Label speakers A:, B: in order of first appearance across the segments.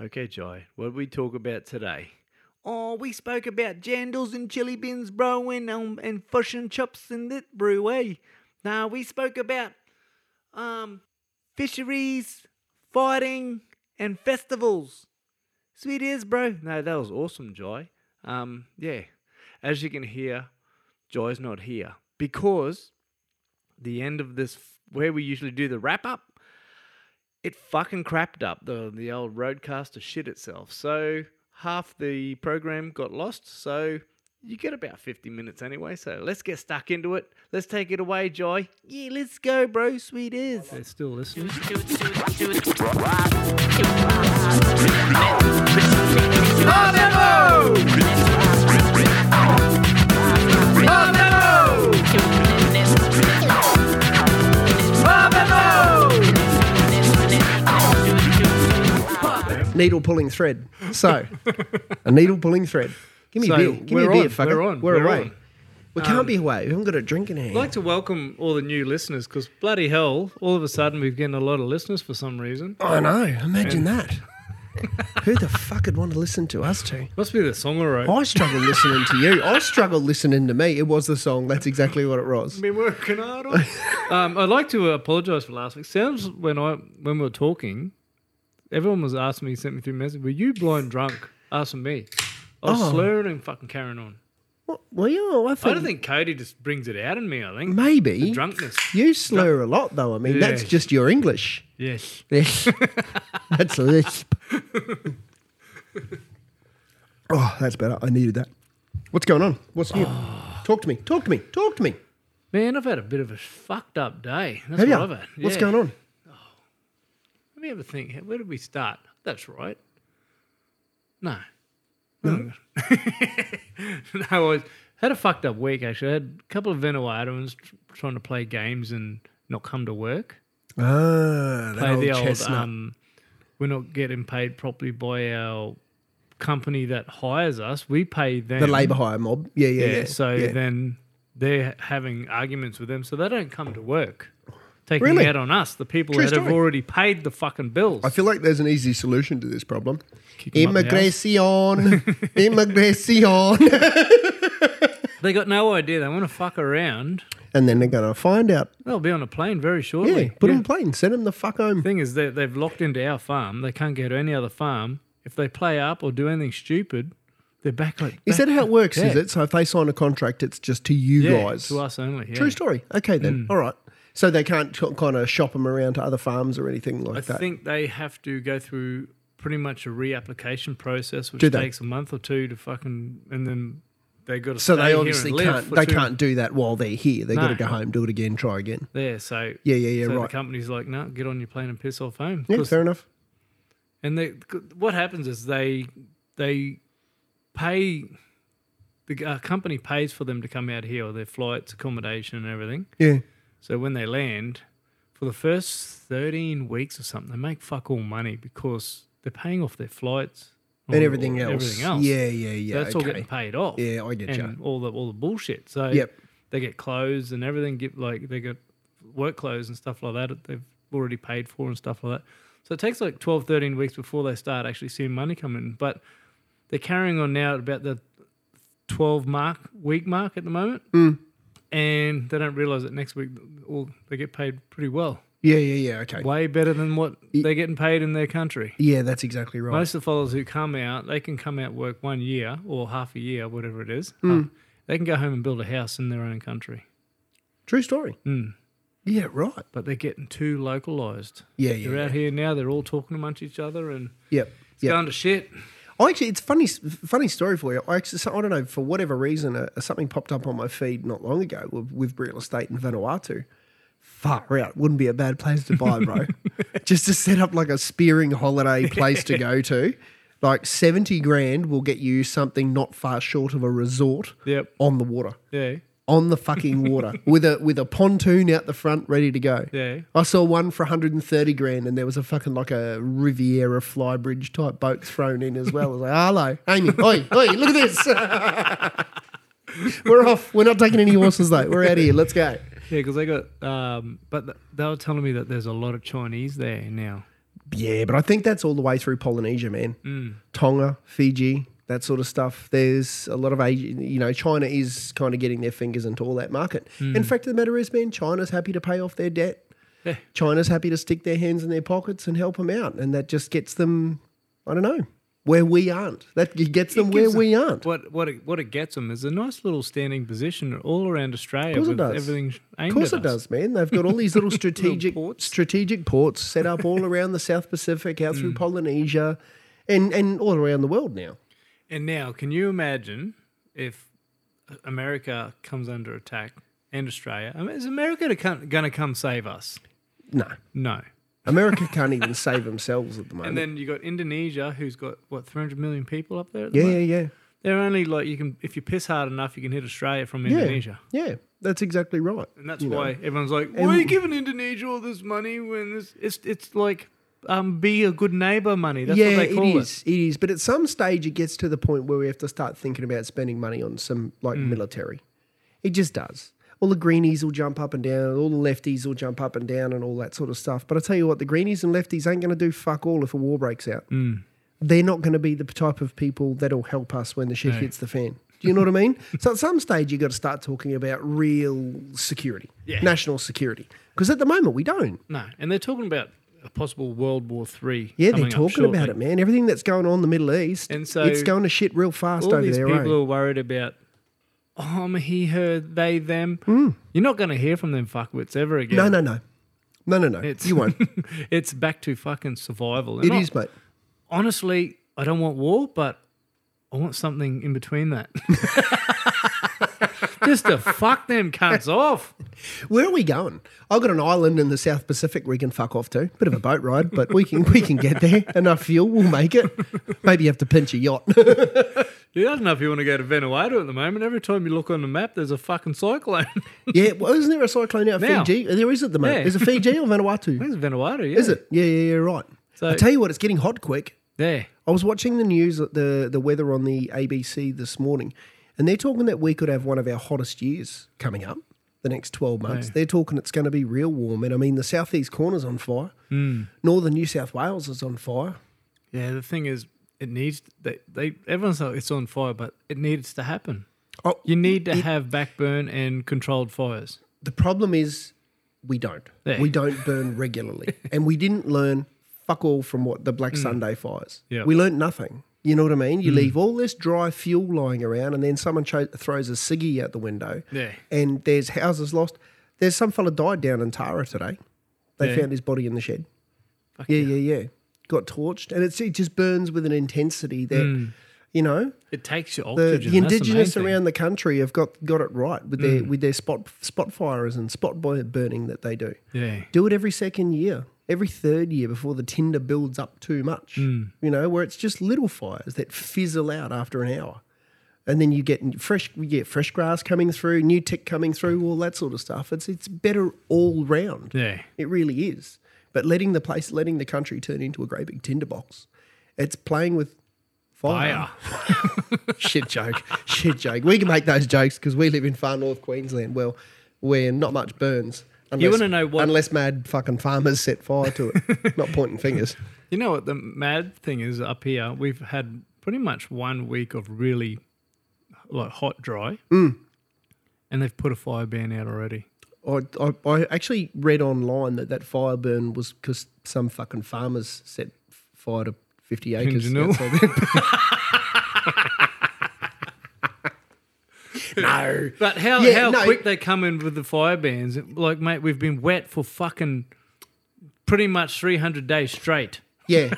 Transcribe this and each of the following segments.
A: Okay, Jai, what did we talk about today? Oh, we spoke about jandals and chili bins, bro, and um, and fish and chips and that brew, eh? Nah, we spoke about um fisheries, fighting, and festivals. Sweet as, bro. No, that was awesome, Jai. Um, yeah, as you can hear, Jai's not here because the end of this, where we usually do the wrap up, it fucking crapped up. The the old roadcaster shit itself. So half the program got lost. So you get about 50 minutes anyway. So let's get stuck into it. Let's take it away, Joy. Yeah, let's go, bro. Sweet is.
B: They're still listening.
C: Needle pulling thread. So, a needle pulling thread. Give me
A: So,
C: a beer. Give me a
A: we're
C: beer,
A: on,
C: fucker.
A: we're on,
C: We're,
A: we're
C: away.
A: on.
C: We can't be away. We haven't got a drink in hand.
A: I'd like to welcome all the new listeners because bloody hell, all of a sudden we've getting a lot of listeners for some reason.
C: I know. Imagine that. Who the fuck would want to listen to us two?
A: Must be the song I wrote.
C: I struggle listening to you. I struggle listening to me. It was the song. That's exactly what it was.
A: been working hard on. um, I'd like to apologise for last week. Sounds when I when we were talking, everyone was asking me, sent me through message. Were you blind drunk? Asking me, I was
C: Oh.
A: slurring and fucking carrying on.
C: What, well, yeah, I,
A: I don't think Cody just brings it out in me. I think
C: maybe
A: drunkenness.
C: you slur a lot, though. I mean, that's
A: Yeah.
C: just your English.
A: Yes.
C: that's lisp. oh, that's better. I needed that. What's going on? What's new? Talk to me. Talk to me. Talk to me.
A: Man, I've had a bit of a fucked up day. That's what
C: Have you?
A: I've had.
C: What's
A: Yeah.
C: going on?
A: Let me have a think. Where did we start? That's right. No. Hmm? No. no, I was, had a fucked up week, actually. I had a couple of Venezuelans tr- trying to play games and not come to work.
C: Ah, that
A: Play
C: old
A: the old,
C: chestnut.
A: um, we're not getting paid properly by our company that hires us. We pay them.
C: the labour hire mob. Yeah, yeah,
A: Yeah,
C: yeah.
A: so
C: yeah.
A: then they're having arguments with them, so they don't come to work. Taking
C: Really?
A: it out on us, the people
C: True
A: that have
C: story.
A: already paid the fucking bills.
C: I feel like there's an easy solution to this problem.
A: 'em up the house.
C: Immigration. Immigration.
A: They got no idea. They want to fuck around.
C: and then they're going to find out.
A: They'll be on a plane very shortly.
C: Yeah, put
A: Yeah.
C: them in plane. Send them the fuck home.
A: Thing is, they, they've locked into our farm. They can't go to any other farm. If they play up or do anything stupid, they're back. Like,
C: Is that how it works? Is
A: Yeah.
C: it? So if they sign a contract, it's just to you
A: yeah,
C: guys.
A: to us only? Yeah. Hmm.
C: True story. Okay, then. All right. So they can't kind of shop them around to other farms or anything like
A: I
C: that.
A: think they have to go through pretty much a reapplication process, which
C: Do they?
A: takes a month or two to fucking, and then they got to.
C: so
A: stay
C: they
A: here
C: obviously
A: and live
C: can't.
A: for
C: They
A: two-
C: can't do that while they're here. They got to
A: No.
C: go home, do it again, try again.
A: There, so
C: Yeah, yeah, yeah.
A: so The
C: right.
A: company's like, no, get on your plane and piss off home.
C: Yeah,
A: 'Cause-
C: fair enough.
A: And they, what happens is they they pay the uh, company pays for them to come out here, or their flights, accommodation, and everything.
C: Yeah.
A: So when they land, for the first thirteen weeks or something, they make fuck all money because they're paying off their flights or-
C: And everything
A: or
C: else.
A: Everything else.
C: Yeah, yeah, yeah.
A: that's all
C: okay.
A: getting paid off.
C: Yeah, I get
A: and
C: you.
A: all the all the bullshit. So
C: Yep.
A: they get clothes and everything. Get like they got work clothes and stuff like that. that They've already paid for and stuff like that. So it takes like 12, 13 weeks before they start actually seeing money come in. But they're carrying on now at about the twelve mark week mark at the moment, and they don't realize that next week all they get paid pretty well,
C: Yeah, yeah, yeah. Okay.
A: way better than what they're getting paid in their country.
C: Yeah, that's exactly right.
A: Most of the followers who come out, they can come out work one year or half a year, whatever it is.
C: Hmm.
A: Huh. they can go home and build a house in their own country,
C: True story.
A: Hmm.
C: Yeah, right.
A: but they're getting too localized.
C: Yeah, yeah,
A: They're out here now. They're all talking amongst each other and
C: Yep.
A: it's
C: yep.
A: going to shit.
C: I actually, it's funny, funny story for you. I actually, so- I don't know for whatever reason, uh, something popped up on my feed not long ago with, with real estate in Vanuatu. Far out, wouldn't be a bad place to buy, bro. Just to set up like a spearing holiday place to go to. Like seventy grand will get you something not far short of a resort
A: Yep.
C: on the water,
A: Yeah.
C: on the fucking water, with a with a pontoon out the front ready to go.
A: Yeah.
C: I saw one for 130 grand, and there was a fucking like a Riviera flybridge type boat thrown in as well. I was like, hello, Amy, oi, oi, look at this. We're off. We're not taking any horses though. We're out of here. Let's go.
A: Yeah, because they got, um, but th- they were telling me that there's a lot of Chinese there now.
C: Yeah, but I think that's all the way through Polynesia, man.
A: Mm.
C: Tonga, Fiji, that sort of stuff. There's a lot of Asian, you know, China is kind of getting their fingers into all that market. In fact, of the matter is, man, China's happy to pay off their debt.
A: Mm. Yeah.
C: China's happy to stick their hands in their pockets and help them out. And that just gets them, I don't know, where we aren't. That gets them where
A: gives
C: we aren't.
A: What what it, what it gets them is a nice little standing position all around Australia
C: course it
A: with
C: does.
A: everything aimed
C: Of course
A: at
C: it
A: us.
C: does, man. They've got all these little strategic
A: ports.
C: strategic ports set up all around the South Pacific, out
A: Mm.
C: through Polynesia, and and all around the world now.
A: And now, can you imagine if America comes under attack and Australia? I mean, is America going to come save us?
C: No,
A: No.
C: America can't even save themselves at the moment.
A: And then you got Indonesia, who's got what 300 million people up there. At the
C: yeah,
A: moment?
C: yeah, yeah.
A: they're only like you can if you piss hard enough, you can hit Australia from
C: Yeah,
A: Indonesia.
C: yeah, that's exactly right.
A: And that's
C: You know.
A: why everyone's like, "Why are you giving Indonesia all this money when this, it's it's like um, be a good neighbor money." That's
C: yeah,
A: what they call
C: it is. It is. But at some stage, it gets to the point where we have to start thinking about spending money on some like
A: Mm.
C: military. It just does. All the greenies will jump up and down. All the lefties will jump up and down, and all that sort of stuff. But I tell you what, the greenies and lefties ain't going to do fuck all if a war breaks out.
A: Mm.
C: They're not going to be the type of people that'll help us when the shit
A: No.
C: hits the fan. Do you know what I mean? So at some stage, you got to start talking about real security,
A: Yeah.
C: national security, because at the moment we don't.
A: No, and they're talking about a possible World War Three.
C: Yeah, they're
A: coming up
C: talking about
A: shortly.
C: it, man. Everything that's going on in the Middle East,
A: And so
C: it's going to shit real fast
A: All
C: over
A: these
C: there.
A: people
C: eh?
A: are worried about. Um, he, her, they, them. You're not going to hear from them fuckwits ever again.
C: Hmm. No, no, no, no, no, no.
A: It's-
C: you won't.
A: it's back to fucking survival.
C: It
A: And I-
C: is, mate.
A: honestly, I don't want war, but I want something in between that. Just to fuck them cunts off.
C: Where are we going? I've got an island in the South Pacific we can fuck off to. Bit of a boat ride, but we can we can get there. Enough fuel, we'll make it. Maybe you have to pinch a yacht.
A: Dude, I don't know if you want to go to Vanuatu at the moment. Every time you look on the map, there's a fucking cyclone.
C: yeah, well, isn't there a cyclone out
A: Now.
C: of Fiji? There is at the moment.
A: Yeah.
C: Is it Fiji or Vanuatu?
A: Where's Vanuatu? Yeah.
C: Is it? Yeah, yeah, yeah. Right.
A: So-
C: I tell you what, it's getting hot quick.
A: There.
C: I was watching the news, the the weather on the ABC this morning, and they're talking that we could have one of our hottest years coming up the next 12 months. They're talking it's going to be real warm. And I mean, the southeast corner's on fire. Northern New South Wales is on fire.
A: Yeah, the thing is, it needs, they, they everyone's like, it's on fire, but it needs to happen.
C: Oh,
A: You need to have backburn and controlled fires.
C: the problem is we don't.
A: Yeah.
C: We don't burn regularly. and we didn't learn fuck all from what the Black Sunday fires.
A: Mm. Yeah. Mm.
C: We learnt nothing. You know what I mean? You leave all this dry fuel lying around, and then someone cho- throws a ciggy out the window.
A: Yeah.
C: And there's houses lost. There's some fella died down in Tara today. They
A: Yeah.
C: found his body in the shed.
A: Fuck
C: yeah, yeah, yeah. Got torched, and it's, it just burns with an intensity that,
A: Mm.
C: you know,
A: It takes your oxygen.
C: the, the
A: that's Mm. main
C: indigenous
A: thing.
C: around the country have got got it right with their with their spot spot fires and spot bu- burning that they do.
A: Yeah.
C: Do it every second year, every third year before the tinder builds up too much.
A: Mm.
C: You know, where it's just little fires that fizzle out after an hour. And then you get n- fresh you get fresh grass coming through, new tick coming through, all that sort of stuff. It's it's better all round.
A: Yeah.
C: It really is. But letting the place, letting the country turn into a great big tinderbox, it's playing with fire.
A: Fire.
C: Shit joke. Shit joke. We can make those jokes because we live in far north Queensland. Well, where not much burns. Unless,
A: wanna know what-
C: Unless mad fucking farmers set fire to it. not pointing fingers.
A: You know what the mad thing is up here? We've had pretty much one week of really like hot dry,
C: Mm.
A: and they've put a fire ban out already.
C: I, I, I actually read online that that fire burn was because some fucking farmers set fire to 50 acres.
A: Dandenong.
C: outside their- no.
A: But how
C: Yeah,
A: how
C: no,
A: quick
C: it-
A: they come in with the fire bans? Like, mate, we've been wet for fucking pretty much three hundred days straight,
C: Yeah.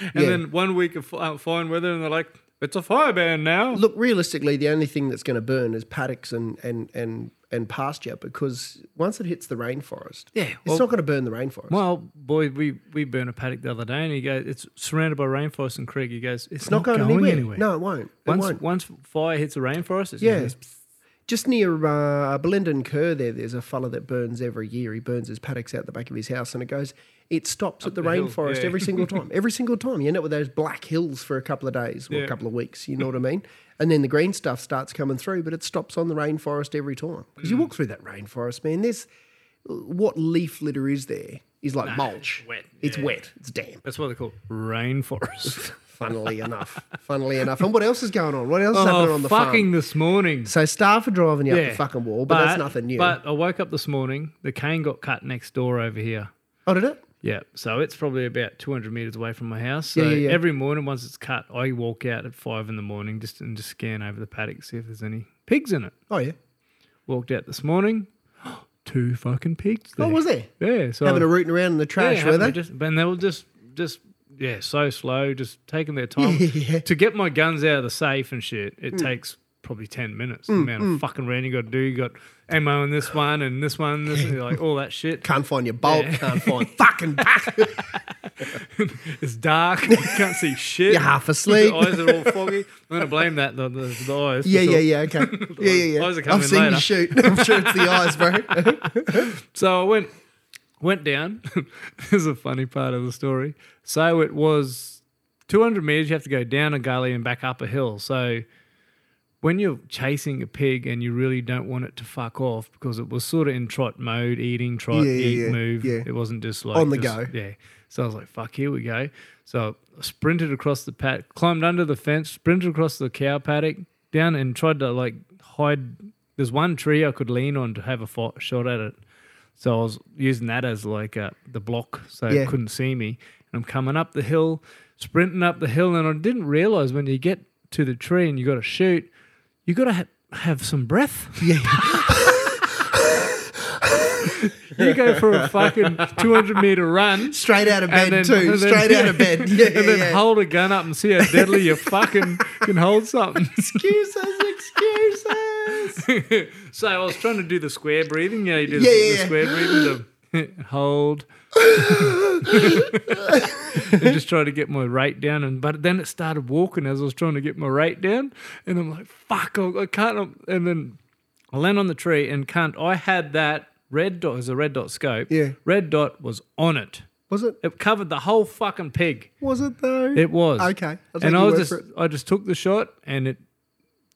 A: and
C: Yeah.
A: then one week of uh, fine weather, and they're like, "It's a fire ban now."
C: Look, realistically, the only thing that's going to burn is paddocks and, and, and, and pasture because once it hits the rainforest,
A: Yeah, well-
C: it's not going to burn the rainforest.
A: Well, boy, we we burned a paddock the other day, and he goes, "It's surrounded by rainforest and creek." He goes, "It's,
C: it's not going, anywhere. No, it won't. It
A: once
C: won't.
A: once fire hits the rainforest, it's
C: Yeah.
A: just-
C: Just near uh, Belinda and Kerr, there, there's a fella that burns every year. He burns his paddocks out the back of his house, and it goes. It stops at the,
A: the hill,
C: rainforest
A: yeah.
C: every single time. Every single time, you end up with those black hills for a couple of days or
A: Yeah.
C: a couple of weeks. You know what I mean? And then the green stuff starts coming through, but it stops on the
A: Mm.
C: rainforest every time because you walk through that rainforest, man. There's what leaf litter is there? is like mulch.
A: it's wet,
C: It's
A: yeah.
C: wet. It's damp.
A: That's what they call rainforest.
C: Funnily enough. Funnily enough. And what else is going on? What else is happening
A: oh,
C: on the
A: fucking
C: farm?
A: this morning.
C: So staff are driving you up
A: Yeah.
C: the fucking wall, but, that's nothing new.
A: But I woke up this morning. The cane got cut next door over here.
C: oh, did it?
A: Yeah, so it's probably about 200 meters away from my house. So
C: Yeah, yeah, yeah.
A: every morning, once it's cut, I walk out at five in the morning just and just scan over the paddock, see if there's any pigs in it.
C: Oh yeah.
A: Walked out this morning, two fucking pigs. There.
C: Oh, was there?
A: Yeah, so
C: Having a rooting around in the
A: yeah,
C: trash, were
A: having
C: they?
A: a Just, and they were just, just yeah, so slow, just taking their time to get my guns out of the safe and shit.
C: Mm.
A: It takes probably 10 minutes. the amount of fucking round you got to do, you got ammo in this one and this one, this and like all that shit.
C: Can't find your bolt.
A: Yeah.
C: Can't find fucking.
A: It's dark. You can't see shit.
C: You're half asleep.
A: Your eyes are all foggy. I'm gonna blame that the, the, the eyes.
C: yeah,
A: for
C: yeah,
A: sure.
C: yeah. Okay. Yeah, yeah, yeah.
A: Eyes are coming
C: I've seen
A: later.
C: you shoot. I'm sure it's the eyes, bro.
A: So I went went down. this is a funny part of the story. So it was 200 meters. You have to go down a gully and back up a hill. So when you're chasing a pig and you really don't want it to fuck off because it was sort of in trot mode, eating, trot,
C: Yeah, yeah,
A: eat,
C: yeah,
A: move.
C: yeah.
A: It wasn't just like
C: On the
A: just-
C: go.
A: Yeah. So I was like, fuck, here we go. So I sprinted across the pat, climbed under the fence, sprinted across the cow paddock, down and tried to like hide. There's one tree I could lean on to have a fo- shot at it. So I was using that as like uh, the block, so
C: Yeah.
A: it couldn't see me. And I'm coming up the hill, sprinting up the hill, and I didn't realize when you get to the tree and you got to shoot, you got to ha- have some breath. Yeah. you go for a fucking 200 meter run.
C: Straight out of bed
A: And then- and
C: too.
A: then-
C: Straight out of bed. Yeah,
A: and
C: yeah,
A: then
C: yeah.
A: hold a gun up and see how deadly you fucking can hold something.
C: excuses, excuses.
A: so I was trying to do the square breathing. Yeah, you do the,
C: Yeah, yeah,
A: the
C: yeah.
A: square breathing. The hold. and just try to get my rate down, and but then it started walking as I was trying to get my rate down, and I'm like, "Fuck, I, I can't." um, And then I land on the tree and can't. I had that red dot. It was a red dot scope.
C: Yeah.
A: red dot was on it.
C: Was it?
A: It covered the whole fucking pig.
C: Was it though?
A: It was
C: Okay, I'll take
A: and I
C: your
A: was
C: word
A: just
C: for it.
A: I just took the shot and it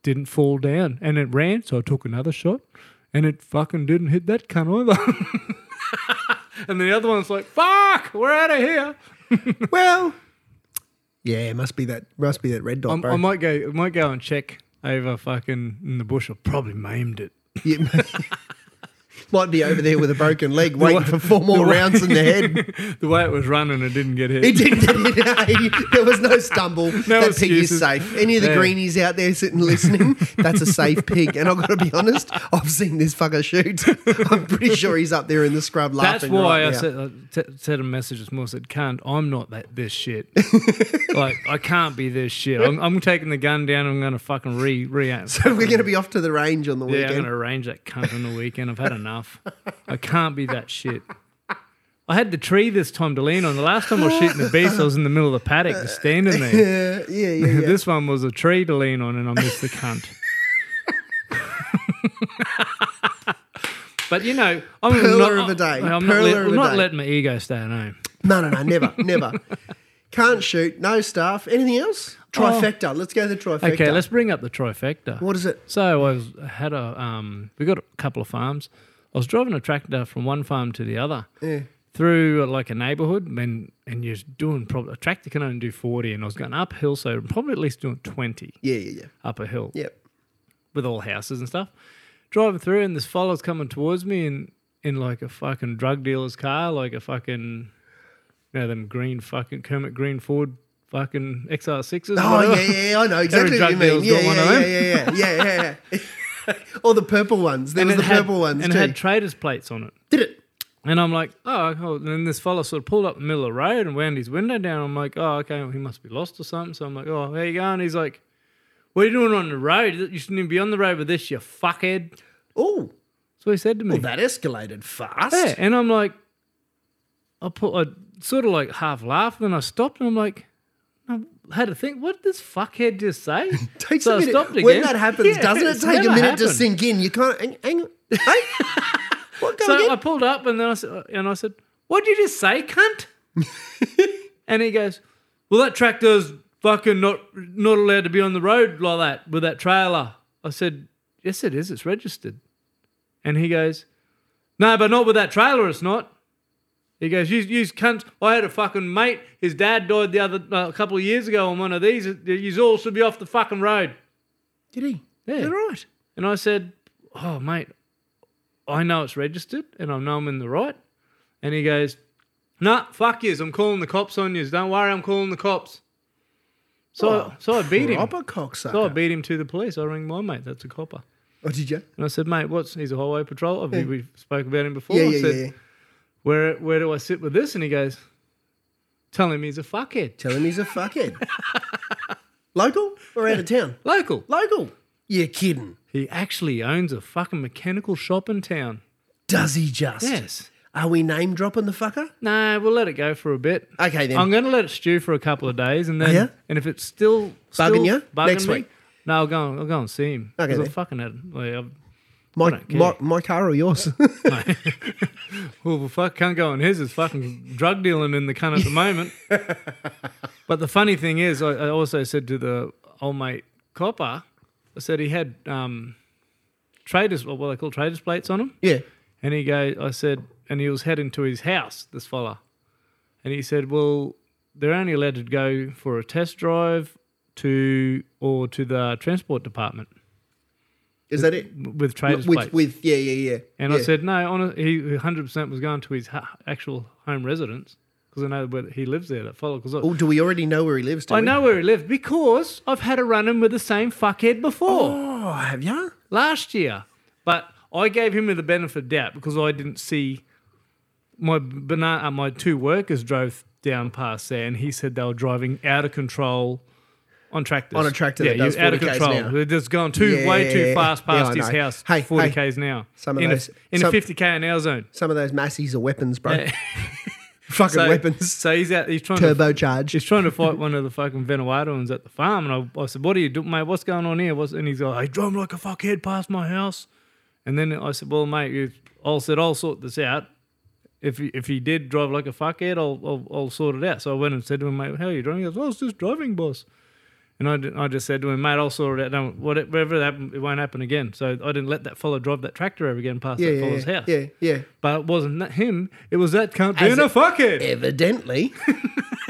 A: didn't fall down and it ran. So I took another shot and it fucking didn't hit that cunt either. and the other one's like, "Fuck, we're out of here."
C: well, yeah, it must be that. Must be that red dot,
A: I'm,
C: bro.
A: I might go. I might go and check over fucking in the bush. I probably maimed it.
C: Yeah. might be over there with a broken leg, waiting for four more rounds in the head.
A: the way it was running, it didn't get hit.
C: He didn't. there was no stumble. that pig
A: excuses.
C: is safe. Any of the
A: Yeah.
C: greenies out there sitting listening, that's a safe pig. And I've got to be honest, I've seen this fucker shoot. I'm pretty sure he's up there in the scrub
A: That's
C: laughing.
A: why
C: right
A: I
C: now.
A: said, I t- sent a message this morning. I said, "Can't I'm not that this shit. like I can't be this shit. I'm, I'm taking the gun down. I'm going to fucking re re.
C: We're going to be off to the range on the
A: yeah, I'm
C: weekend.
A: going to arrange that cunt on the weekend. I've had enough. I can't be that shit. I had the tree this time to lean on. The last time I was shooting the beast, I was in the middle of the paddock, just standing there.
C: Yeah, yeah, yeah, yeah.
A: This one was a tree to lean on, and I missed the cunt. But you know, I'm
C: Perler
A: not,
C: of a day.
A: I'm not,
C: Perler
A: let-
C: of
A: I'm
C: a
A: not
C: day.
A: letting my ego stay at home.
C: no, no, no, never, never. Can't shoot, no staff. Anything else? Trifecta. Let's go to the trifecta.
A: Oh. Okay, let's bring up the trifecta.
C: What is it?
A: So I was, had a um, we got a couple of farms. I was driving a tractor from one farm to the other
C: Yeah.
A: through uh, like a neighbourhood, and and you're doing probably a tractor can only do forty, and I was going uphill, so probably at least doing twenty
C: Yeah, yeah, yeah.
A: up a hill
C: Yep.
A: with all houses and stuff. Driving through, and this fellow's coming towards me in in like a fucking drug dealer's car, like a fucking you know them green fucking Kermit Green Ford fucking XR sixes.
C: Oh yeah, yeah, yeah, I know exactly what
A: drug
C: you mean.
A: dealer's
C: Yeah,
A: got one of
C: yeah, yeah,
A: them.
C: yeah, yeah, yeah, yeah, yeah. Or the purple ones. There was the purple ones
A: and
C: too.
A: it had traders plates on it.
C: Did it?
A: And I'm like, oh, cool. and then this fella sort of pulled up the middle of the road and wound his window down. I'm like, oh, okay, well, he must be lost or something. So I'm like, oh, how you going? He's like, what are you doing on the road? You shouldn't even be on the road with this, you fuckhead. That's
C: Oh,
A: what he said to me.
C: well, that escalated fast.
A: Yeah, and I'm like, I put, I sort of like half laughed, and then I stopped, and I'm like, I had to think, what did this fuckhead just say?
C: Takes
A: So I
C: a minute.
A: stopped
C: When
A: again.
C: that happens,
A: Yeah,
C: doesn't it
A: it's
C: take a
A: never
C: minute to
A: happened.
C: sink in? You can't. Hang, hang, hey, what
A: So
C: going
A: I
C: again?
A: pulled up and then I said, uh, and I said, "What did you just say, cunt?" and he goes, "Well, that tractor's fucking not not allowed to be on the road like that with that trailer." I said, "Yes, it is. It's registered." And he goes, "No, but not with that trailer. It's not." He goes, "Use, use cunts." I had a fucking mate. His dad died the other uh, a couple of years ago on one of these. You all should be off the fucking road.
C: Did he?
A: Yeah.
C: Is that right?
A: And I said, "Oh, mate, I know it's registered, and I know I'm in the right." And he goes, "Nah, fuck yous. I'm calling the cops on yous. Don't worry, I'm calling the cops." So,
C: Oh,
A: so I beat him.
C: Proper cocksucker.
A: So I beat him to the police. I rang my mate. That's a copper.
C: oh, did you?
A: And I said, "Mate, what's?" He's a highway patrol. I think we spoke about him before.
C: Yeah,
A: I
C: yeah, yeah,
A: said,
C: yeah.
A: where where do I sit with this? And he goes, tell him he's a fuckhead.
C: Tell him he's a fuckhead. Local or out of town?
A: Local.
C: Local. You're kidding.
A: He actually owns a fucking mechanical shop in town.
C: Does he just?
A: Yes.
C: Are we name dropping the fucker?
A: No, we'll let it go for a bit.
C: Okay then. Oh,
A: I'm going to let it stew for a couple of days, and then
C: Yeah?
A: and if it's still
C: Bugging
A: still
C: you?
A: bugging
C: Next
A: me,
C: week.
A: no, I'll go. I'll go and see him.
C: Okay
A: 'Cause I
C: then.
A: fucking had. Like, I'm-
C: my,
A: don't care.
C: my, my car or yours?
A: well, the fuck can't go on his. It's fucking drug dealing in the cunt at the moment. but the funny thing is, I, I also said to the old mate Copper, I said he had um, traders, what they call traders plates on him.
C: yeah.
A: And he go, I said, and he was heading to his house, this fella. And he said, well, they're only allowed to go for a test drive to or to the transport department
C: Is that it?
A: with traders plates.
C: With, with yeah yeah yeah.
A: And I
C: Yeah.
A: said, no, on he 100% was going to his ha- actual home residence because I know where he lives there, that fellow. Because
C: Oh, do we already know where he lives? Do
A: I, I
C: we?
A: know where he lived because I've had a run in with the same fuckhead before
C: Oh, have you?
A: last year. But I gave him the benefit of doubt because I didn't see my banana, uh, my two workers drove down past there and he said they were driving out of control. On tractors.
C: On a tractor
A: Yeah,
C: that does
A: you're out of
C: 40Ks
A: control.
C: now.
A: They're just going too way too
C: Yeah.
A: fast
C: Yeah,
A: past
C: I
A: his
C: know.
A: house.
C: Hey, hey.
A: forty k's now.
C: Some of
A: in
C: those-
A: a, in a
C: some-
A: fifty k an hour zone.
C: Some of those Massies are weapons, bro. Fucking
A: so,
C: weapons.
A: So he's out. He's trying to. He's
C: Turbocharged.
A: trying to fight one of the fucking Vanuatuans at the farm, and I, I said, "What are you doing, mate? What's going on here?" What's, and he's like, "He drove like a fuckhead past my house." And then I said, "Well, mate, you, I said I'll sort this out. If he, if he did drive like a fuckhead, I'll, I'll I'll sort it out." So I went and said to him, "Mate, how are you driving?" He goes, "Oh, I was just driving, boss." And I, d- I just said to him, "Mate, I'll sort it out. Don't, whatever, whatever happened, it won't happen again." So I didn't let that fella drive that tractor ever again past
C: Yeah
A: that
C: yeah
A: fella's
C: yeah,
A: house.
C: yeah yeah.
A: But it wasn't that him. It was that cunt
C: As
A: being a
C: it-
A: fuckhead.
C: Evidently.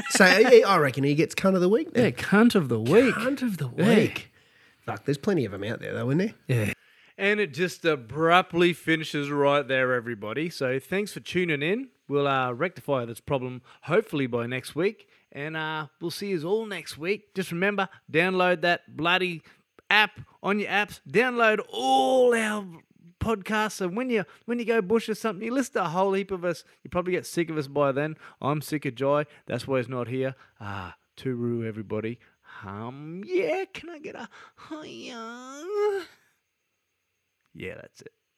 C: so I I reckon he gets cunt of the week. Then.
A: Yeah, cunt of the week.
C: Cunt of the
A: Yeah.
C: week. Fuck, there's plenty of them out there though, isn't there?
A: Yeah. And it just abruptly finishes right there, everybody. So thanks for tuning in. We'll uh, rectify this problem hopefully by next week. And uh, we'll see you all next week. Just remember, download that bloody app on your apps. Download all our podcasts. And when you when you go bush or something, you listen to a whole heap of us. You probably get sick of us by then. I'm sick of Joy. That's why he's not here. Ah, to rue everybody. Um, yeah, can I get a hiya? Yeah, that's it.